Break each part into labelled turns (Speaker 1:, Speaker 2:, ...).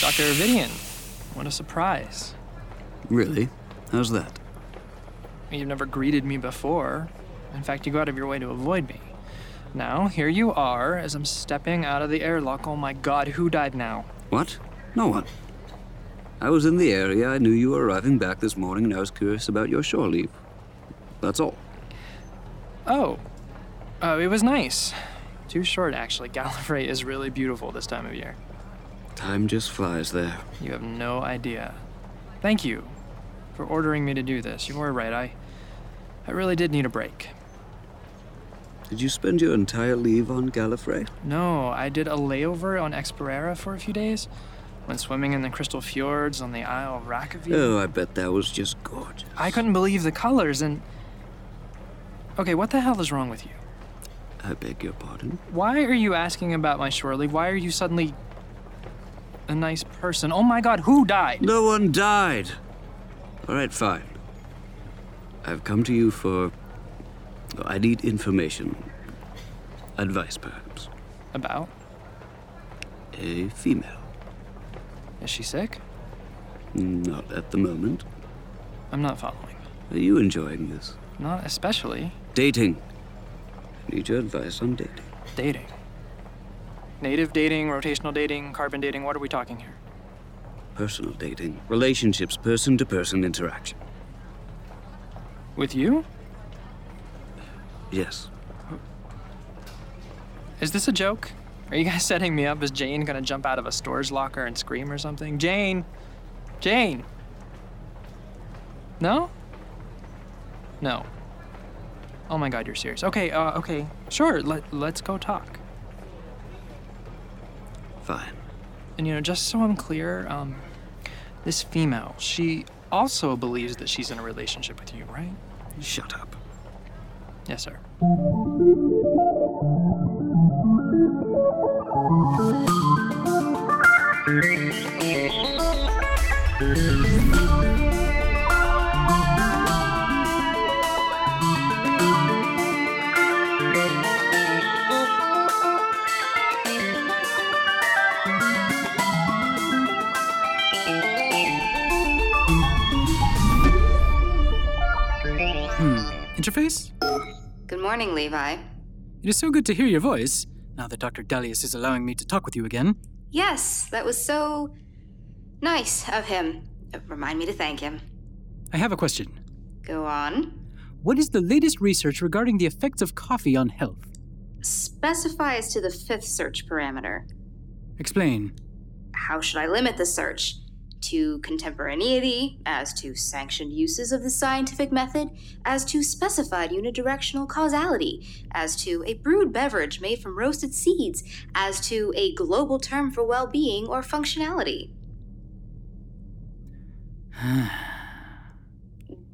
Speaker 1: Dr. Vidian. What a surprise.
Speaker 2: Really? How's that?
Speaker 1: You've never greeted me before. In fact, you go out of your way to avoid me. Now, here you are as I'm stepping out of the airlock. Oh my god, who died now?
Speaker 2: What? No one. I was in the area. I knew you were arriving back this morning, and I was curious about your shore leave. That's all.
Speaker 1: Oh, uh, it was nice. Too short, actually. Gallifrey is really beautiful this time of year.
Speaker 2: Time just flies there.
Speaker 1: You have no idea. Thank you for ordering me to do this. You were right. I, I really did need a break.
Speaker 2: Did you spend your entire leave on Gallifrey?
Speaker 1: No, I did a layover on Experera for a few days. Went swimming in the crystal fjords on the Isle of Rakavy.
Speaker 2: Oh, I bet that was just gorgeous.
Speaker 1: I couldn't believe the colors and. Okay, what the hell is wrong with you?
Speaker 2: I beg your pardon.
Speaker 1: Why are you asking about my shore leave? Why are you suddenly a nice person? Oh my god, who died?
Speaker 2: No one died. All right, fine. I've come to you for. I need information. Advice, perhaps.
Speaker 1: About?
Speaker 2: A female.
Speaker 1: Is she sick?
Speaker 2: Not at the moment.
Speaker 1: I'm not following.
Speaker 2: Are you enjoying this?
Speaker 1: Not especially
Speaker 2: Dating. Need your advice on dating.
Speaker 1: dating. Native dating, rotational dating, carbon dating, what are we talking here?
Speaker 2: Personal dating. Relationships, person to person interaction.
Speaker 1: With you?
Speaker 2: Yes.
Speaker 1: Is this a joke? Are you guys setting me up? Is Jane gonna jump out of a storage locker and scream or something? Jane! Jane! No? No. Oh my god, you're serious. Okay, uh, okay. Sure, let, let's go talk.
Speaker 2: Fine.
Speaker 1: And you know, just so I'm clear, um, this female, she also believes that she's in a relationship with you, right?
Speaker 2: Shut up.
Speaker 1: Yes, sir. Hmm.
Speaker 3: Interface?
Speaker 4: Good morning, Levi.
Speaker 3: It is so good to hear your voice, now that Dr. Dalius is allowing me to talk with you again.
Speaker 4: Yes, that was so nice of him. Uh, Remind me to thank him.
Speaker 3: I have a question.
Speaker 4: Go on.
Speaker 3: What is the latest research regarding the effects of coffee on health?
Speaker 4: Specify as to the fifth search parameter.
Speaker 3: Explain.
Speaker 4: How should I limit the search? To contemporaneity, as to sanctioned uses of the scientific method, as to specified unidirectional causality, as to a brewed beverage made from roasted seeds, as to a global term for well being or functionality.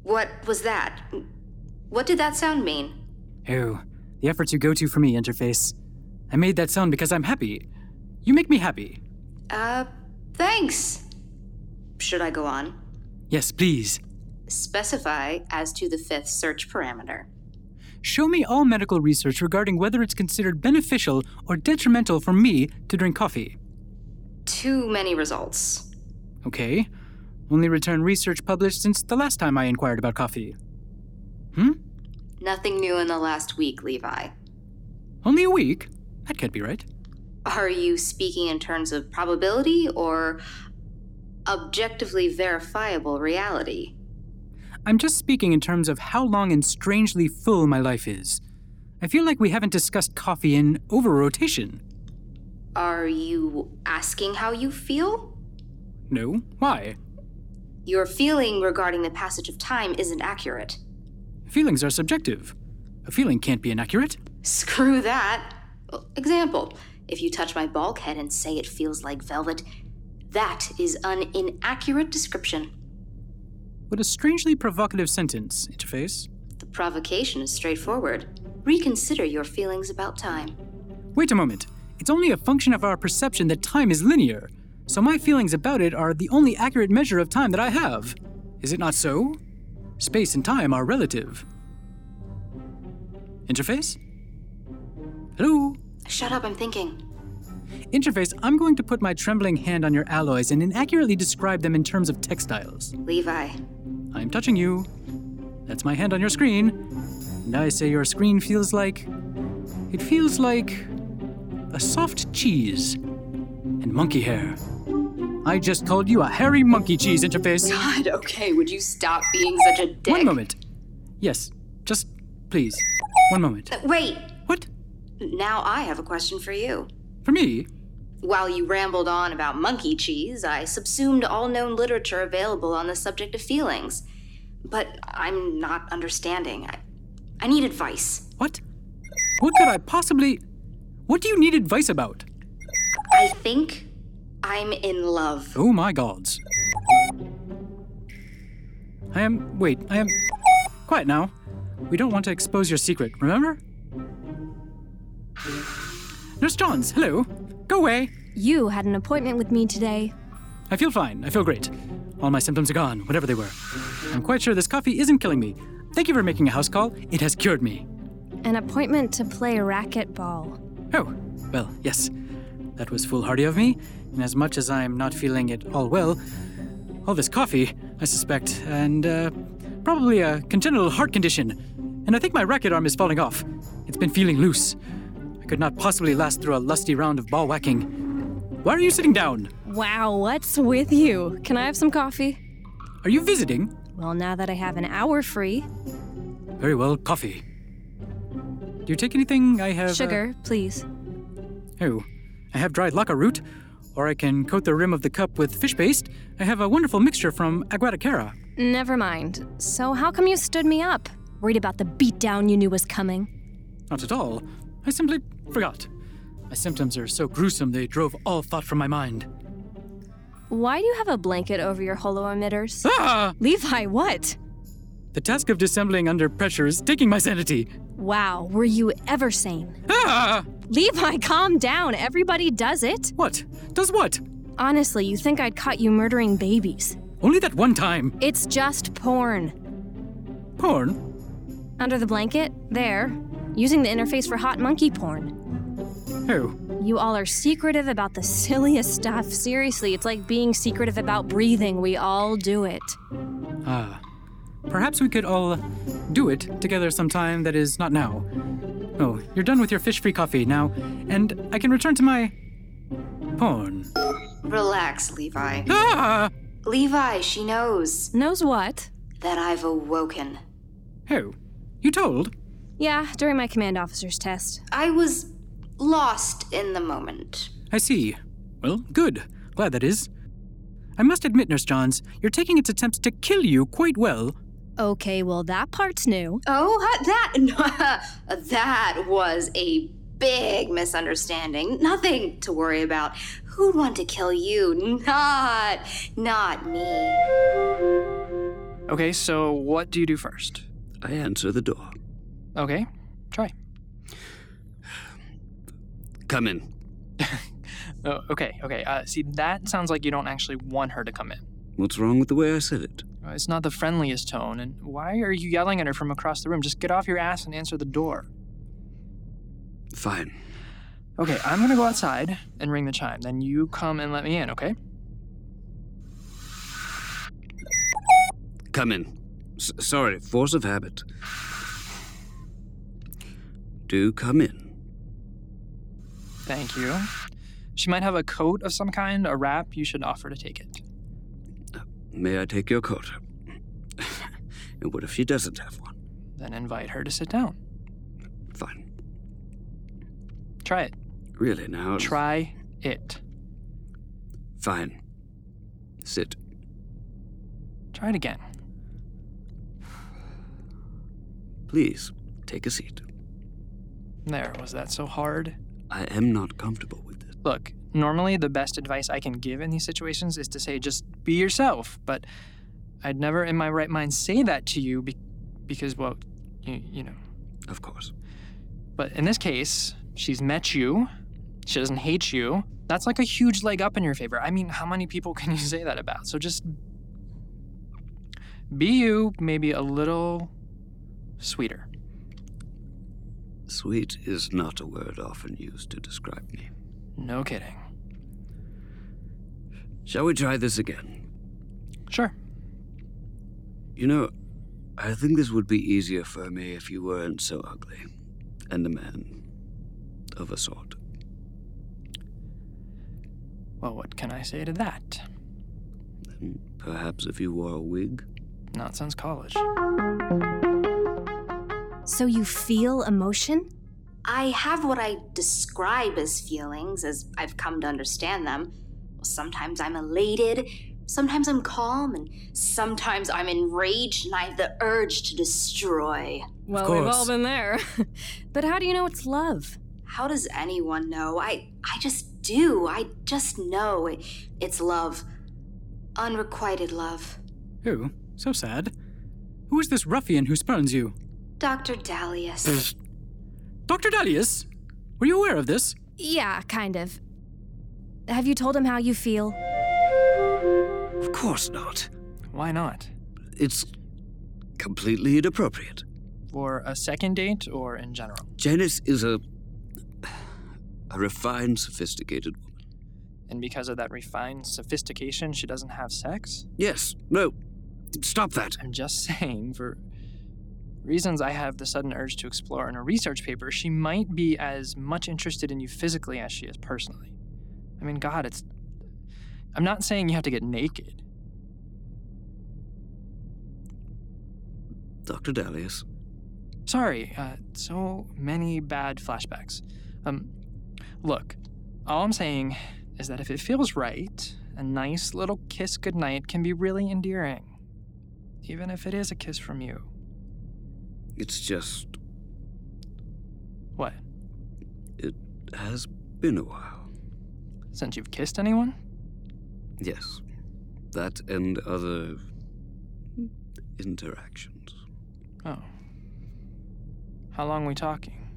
Speaker 4: what was that? What did that sound mean?
Speaker 3: Oh, the efforts you go to for me, Interface. I made that sound because I'm happy. You make me happy.
Speaker 4: Uh, thanks. Should I go on?
Speaker 3: Yes, please.
Speaker 4: Specify as to the fifth search parameter.
Speaker 3: Show me all medical research regarding whether it's considered beneficial or detrimental for me to drink coffee.
Speaker 4: Too many results.
Speaker 3: Okay. Only return research published since the last time I inquired about coffee. Hmm?
Speaker 4: Nothing new in the last week, Levi.
Speaker 3: Only a week? That can't be right.
Speaker 4: Are you speaking in terms of probability or objectively verifiable reality?
Speaker 3: I'm just speaking in terms of how long and strangely full my life is. I feel like we haven't discussed coffee in over rotation.
Speaker 4: Are you asking how you feel?
Speaker 3: No? Why?
Speaker 4: Your feeling regarding the passage of time isn't accurate.
Speaker 3: Feelings are subjective. A feeling can't be inaccurate.
Speaker 4: Screw that. Well, Example if you touch my bulkhead and say it feels like velvet, that is an inaccurate description.
Speaker 3: What a strangely provocative sentence, Interface.
Speaker 4: The provocation is straightforward. Reconsider your feelings about time.
Speaker 3: Wait a moment. It's only a function of our perception that time is linear, so my feelings about it are the only accurate measure of time that I have. Is it not so? Space and time are relative. Interface? Hello?
Speaker 4: Shut up, I'm thinking.
Speaker 3: Interface, I'm going to put my trembling hand on your alloys and inaccurately describe them in terms of textiles.
Speaker 4: Levi,
Speaker 3: I'm touching you. That's my hand on your screen. And I say your screen feels like. It feels like. a soft cheese. And monkey hair. I just called you a hairy monkey cheese interface.
Speaker 4: God, okay, would you stop being such a dick?
Speaker 3: One moment. Yes, just please. One moment.
Speaker 4: Wait,
Speaker 3: What?
Speaker 4: now I have a question for you.
Speaker 3: For me?
Speaker 4: While you rambled on about monkey cheese, I subsumed all known literature available on the subject of feelings. But I'm not understanding. I, I need advice.
Speaker 3: What? What could I possibly. What do you need advice about?
Speaker 4: I think I'm in love.
Speaker 3: Oh my gods. I am. Wait, I am. Quiet now. We don't want to expose your secret, remember? Nurse Johns, hello. Go away.
Speaker 5: You had an appointment with me today.
Speaker 3: I feel fine. I feel great. All my symptoms are gone, whatever they were. I'm quite sure this coffee isn't killing me. Thank you for making a house call. It has cured me.
Speaker 5: An appointment to play racquetball.
Speaker 3: Oh, well, yes. That was foolhardy of me, and as much as I'm not feeling it all well, all this coffee, I suspect, and uh, probably a congenital heart condition. And I think my racket arm is falling off. It's been feeling loose. I could not possibly last through a lusty round of ball whacking. Why are you sitting down?
Speaker 5: Wow, what's with you? Can I have some coffee?
Speaker 3: Are you visiting?
Speaker 5: Well, now that I have an hour free,
Speaker 3: Very well, coffee. Do you take anything? I have. uh,
Speaker 5: sugar, please.
Speaker 3: Oh, I have dried laka root, or I can coat the rim of the cup with fish paste. I have a wonderful mixture from Aguatacara.
Speaker 5: Never mind. So, how come you stood me up? Worried about the beatdown you knew was coming?
Speaker 3: Not at all. I simply forgot. My symptoms are so gruesome they drove all thought from my mind.
Speaker 5: Why do you have a blanket over your holo emitters?
Speaker 3: Ah!
Speaker 5: Levi, what?
Speaker 3: The task of dissembling under pressure is taking my sanity.
Speaker 5: Wow, were you ever sane?
Speaker 3: Ah!
Speaker 5: Levi, calm down. Everybody does it.
Speaker 3: What? Does what?
Speaker 5: Honestly, you think I'd caught you murdering babies.
Speaker 3: Only that one time.
Speaker 5: It's just porn.
Speaker 3: Porn?
Speaker 5: Under the blanket, there, using the interface for hot monkey porn.
Speaker 3: Oh,
Speaker 5: You all are secretive about the silliest stuff. Seriously, it's like being secretive about breathing. We all do it.
Speaker 3: ah. Perhaps we could all do it together sometime that is not now. Oh, you're done with your fish free coffee now, and I can return to my. porn.
Speaker 4: Relax, Levi.
Speaker 3: Ah!
Speaker 4: Levi, she knows
Speaker 5: Knows what?
Speaker 4: that I've awoken.
Speaker 3: Oh, you told?
Speaker 5: Yeah, during my command officer's test.
Speaker 4: I was lost in the moment.
Speaker 3: I see. Well, good. Glad that is. I must admit, Nurse Johns, you're taking its attempts to kill you quite well.
Speaker 5: Okay, well, that part's new.
Speaker 4: Oh, huh, that that was a big misunderstanding. Nothing to worry about. Who'd want to kill you? Not not me.
Speaker 1: Okay, so what do you do first?
Speaker 2: I answer the door.
Speaker 1: Okay, try.
Speaker 2: Come in.
Speaker 1: Oh, okay, okay. Uh, see, that sounds like you don't actually want her to come in.
Speaker 2: What's wrong with the way I said it?
Speaker 1: Uh, It's not the friendliest tone, and why are you yelling at her from across the room? Just get off your ass and answer the door.
Speaker 2: Fine.
Speaker 1: Okay, I'm gonna go outside and ring the chime. Then you come and let me in, okay?
Speaker 2: Come in. S- sorry, force of habit. Do come in.
Speaker 1: Thank you. She might have a coat of some kind, a wrap. You should offer to take it.
Speaker 2: May I take your coat? and what if she doesn't have one?
Speaker 1: Then invite her to sit down.
Speaker 2: Fine.
Speaker 1: Try it.
Speaker 2: Really now?
Speaker 1: Try it.
Speaker 2: Fine. Sit.
Speaker 1: Try it again.
Speaker 2: Please take a seat.
Speaker 1: There, was that so hard?
Speaker 2: I am not comfortable with this.
Speaker 1: Look, normally the best advice I can give in these situations is to say just be yourself, but I'd never in my right mind say that to you be- because, well, you, you know.
Speaker 2: Of course.
Speaker 1: But in this case, she's met you, she doesn't hate you. That's like a huge leg up in your favor. I mean, how many people can you say that about? So just be you, maybe a little sweeter.
Speaker 2: Sweet is not a word often used to describe me.
Speaker 1: No kidding.
Speaker 2: Shall we try this again?
Speaker 1: Sure.
Speaker 2: You know, I think this would be easier for me if you weren't so ugly and a man of a sort.
Speaker 1: Well, what can I say to that?
Speaker 2: Perhaps if you wore a wig?
Speaker 1: Not since college.
Speaker 5: So you feel emotion?
Speaker 4: I have what I describe as feelings, as I've come to understand them. Sometimes I'm elated, sometimes I'm calm, and sometimes I'm enraged and I have the urge to destroy.
Speaker 5: Well,
Speaker 3: Of
Speaker 5: we've all
Speaker 3: course.
Speaker 5: been there. but how do you know it's love?
Speaker 4: How does anyone know? I I just do. I just know. It, it's love. Unrequited love.
Speaker 3: Who? Oh, So sad. Who is this ruffian who spurns you?
Speaker 4: Dr. Dalius.
Speaker 3: Dr. Dalius? Were you aware of this?
Speaker 5: Yeah, kind of. Have you told him how you feel?
Speaker 2: Of course not.
Speaker 1: Why not?
Speaker 2: It's completely inappropriate.
Speaker 1: For a second date or in general?
Speaker 2: Janice is a. a refined, sophisticated woman.
Speaker 1: And because of that refined sophistication, she doesn't have sex?
Speaker 2: Yes, no, stop that.
Speaker 1: I'm just saying, for reasons I have the sudden urge to explore in a research paper, she might be as much interested in you physically as she is personally. I mean, God, it's. I'm not saying you have to get naked.
Speaker 2: Dr. Dalius,
Speaker 1: Sorry, uh, so many bad flashbacks. Um, look, all I'm saying is that if it feels right, a nice little kiss goodnight can be really endearing. Even if it is a kiss from you.
Speaker 2: it's just.
Speaker 1: What?
Speaker 2: it has been a while.
Speaker 1: Since you've kissed anyone?
Speaker 2: Yes, that and other. interactions.
Speaker 1: Oh. How long we talking?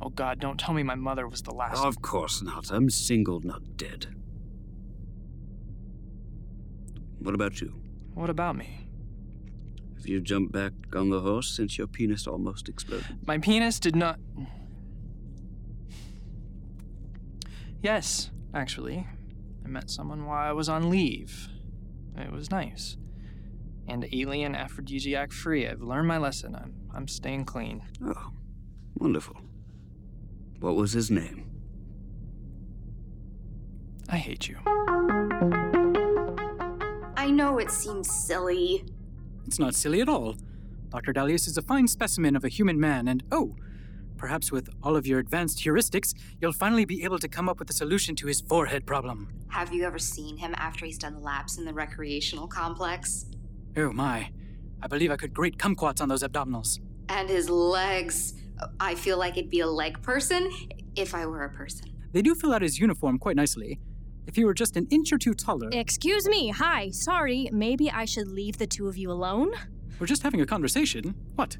Speaker 1: Oh god, don't tell me my mother was the last.
Speaker 2: Of course not. I'm single, not dead. What about you?
Speaker 1: What about me?
Speaker 2: Have you jumped back on the horse since your penis almost exploded?
Speaker 1: My penis did not. Yes, actually. I met someone while I was on leave. It was nice. And alien aphrodisiac free. I've learned my lesson. I'm, I'm staying clean.
Speaker 2: Oh, wonderful. What was his name?
Speaker 1: I hate you.
Speaker 4: I know it seems silly.
Speaker 3: It's not silly at all. Dr. Dalius is a fine specimen of a human man, and oh, perhaps with all of your advanced heuristics, you'll finally be able to come up with a solution to his forehead problem.
Speaker 4: Have you ever seen him after he's done laps in the recreational complex?
Speaker 3: Oh my. I believe I could grate kumquats on those abdominals.
Speaker 4: And his legs. I feel like it'd be a leg person if I were a person.
Speaker 3: They do fill out his uniform quite nicely. If he were just an inch or two taller,
Speaker 5: Excuse me. Hi. Sorry. Maybe I should leave the two of you alone?
Speaker 3: we're just having a conversation. What?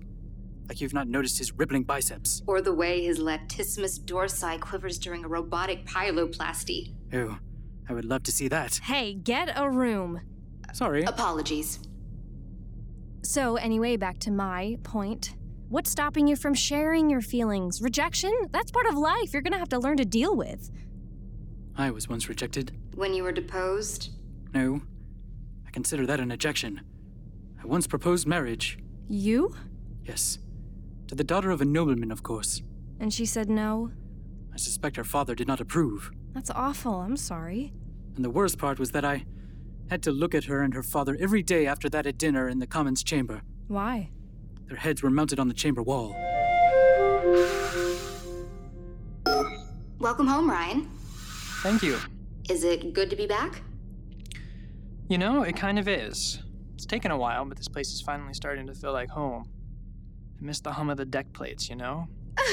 Speaker 3: Like you've not noticed his rippling biceps.
Speaker 4: Or the way his latissimus dorsi quivers during a robotic pyeloplasty.
Speaker 3: Oh, I would love to see that.
Speaker 5: Hey, get a room.
Speaker 3: Sorry.
Speaker 4: Uh, Apologies.
Speaker 5: So, anyway, back to my point. What's stopping you from sharing your feelings? Rejection? That's part of life. You're going to have to learn to deal with.
Speaker 3: I was once rejected.
Speaker 4: When you were deposed,
Speaker 3: No. I consider that an ejection. I once proposed marriage.
Speaker 5: You?
Speaker 3: Yes. To the daughter of a nobleman, of course.
Speaker 5: And she said no.
Speaker 3: I suspect her father did not approve.
Speaker 5: That's awful. I'm sorry.
Speaker 3: And the worst part was that I had to look at her and her father every day after that at dinner in the Commons chamber.
Speaker 5: Why?
Speaker 3: Their heads were mounted on the chamber wall.
Speaker 4: welcome home, Ryan.
Speaker 1: Thank you.
Speaker 4: Is it good to be back?
Speaker 1: You know, it kind of is. It's taken a while, but this place is finally starting to feel like home. I miss the hum of the deck plates, you know?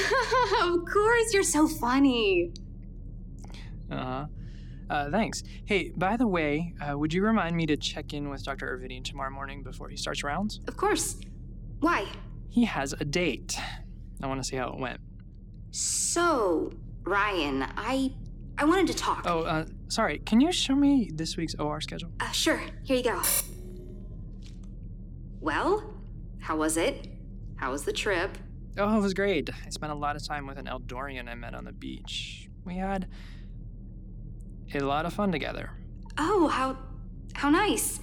Speaker 4: of course, you're so funny.
Speaker 1: Uh-huh. Uh, thanks. Hey, by the way, uh, would you remind me to check in with Dr. Irvidian tomorrow morning before he starts rounds?
Speaker 4: Of course. Why?
Speaker 1: He has a date. I want to see how it went.
Speaker 4: So, Ryan, I I wanted to talk.
Speaker 1: Oh, uh, sorry. Can you show me this week's OR schedule?
Speaker 4: Uh, sure. Here you go. Well, how was it? How was the trip?
Speaker 1: Oh, it was great. I spent a lot of time with an Eldorian I met on the beach. We had a lot of fun together.
Speaker 4: Oh, how how nice.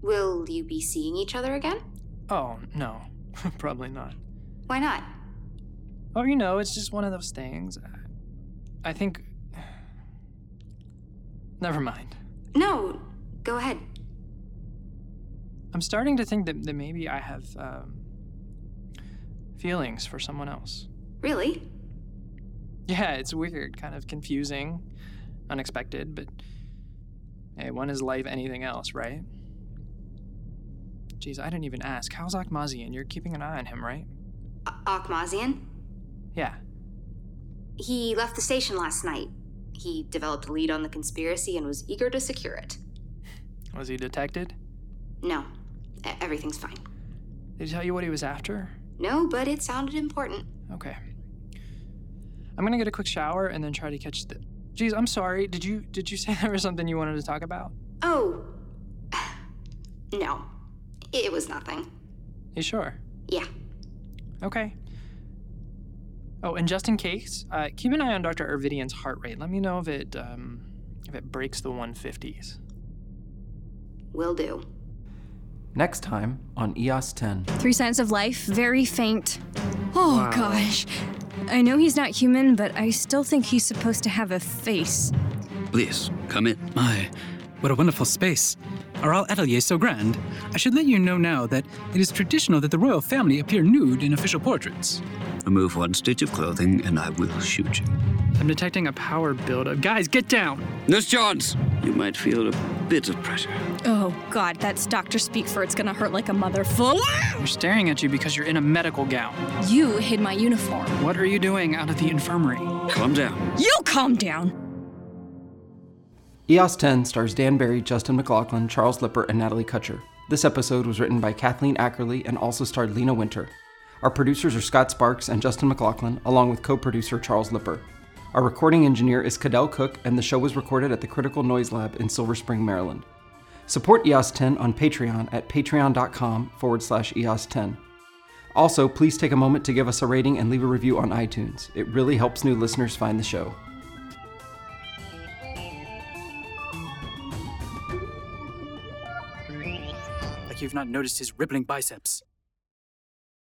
Speaker 4: Will you be seeing each other again?
Speaker 1: Oh, no, probably not.
Speaker 4: Why not?
Speaker 1: Oh, you know, it's just one of those things. I think. Never mind.
Speaker 4: No, go ahead.
Speaker 1: I'm starting to think that, that maybe I have um, feelings for someone else.
Speaker 4: Really?
Speaker 1: Yeah, it's weird, kind of confusing, unexpected, but hey, when is life anything else, right? Jeez, I didn't even ask. How's Akmazian? You're keeping an eye on him, right?
Speaker 4: A- Akhmazian?
Speaker 1: Yeah.
Speaker 4: He left the station last night. He developed a lead on the conspiracy and was eager to secure it.
Speaker 1: Was he detected?
Speaker 4: No, e- everything's fine.
Speaker 1: Did he tell you what he was after?
Speaker 4: No, but it sounded important.
Speaker 1: Okay. I'm gonna get a quick shower and then try to catch the. Jeez, I'm sorry. Did you did you say there was something you wanted to talk about?
Speaker 4: Oh, no, it was nothing.
Speaker 1: You sure?
Speaker 4: Yeah.
Speaker 1: Okay. Oh, and just in case, uh, keep an eye on Dr. Ervidian's heart rate. Let me know if it um, if it breaks the 150s.
Speaker 4: Will do.
Speaker 6: Next time on E EOS 10.
Speaker 5: Three signs of life, very faint. Oh gosh. I know he's not human, but I still think he's supposed to have a face.
Speaker 2: Please, come in.
Speaker 3: My, what a wonderful space. Are all ateliers so grand? I should let you know now that it is traditional that the royal family appear nude in official portraits.
Speaker 2: Remove one stitch of clothing and I will shoot you.
Speaker 1: I'm detecting a power buildup. Guys, get down!
Speaker 2: Nurse Johns! You might feel a bit of pressure.
Speaker 5: Oh god, that's doctor speak for it's gonna hurt like a mother full.
Speaker 1: They're staring at you because you're in a medical gown.
Speaker 5: You hid my uniform.
Speaker 1: What are you doing out of the infirmary?
Speaker 2: Calm down.
Speaker 5: You calm down.
Speaker 6: EOS 10 stars Dan Barry, Justin McLaughlin, Charles Lipper, and Natalie Kutcher. This episode was written by Kathleen Ackerley and also starred Lena Winter. Our producers are Scott Sparks and Justin McLaughlin, along with co producer Charles Lipper. Our recording engineer is Cadell Cook, and the show was recorded at the Critical Noise Lab in Silver Spring, Maryland. Support E EOS 10 on Patreon at patreon.com forward slash E EOS 10. Also, please take a moment to give us a rating and leave a review on iTunes. It really helps new listeners find the show.
Speaker 3: Like you've not noticed his rippling biceps.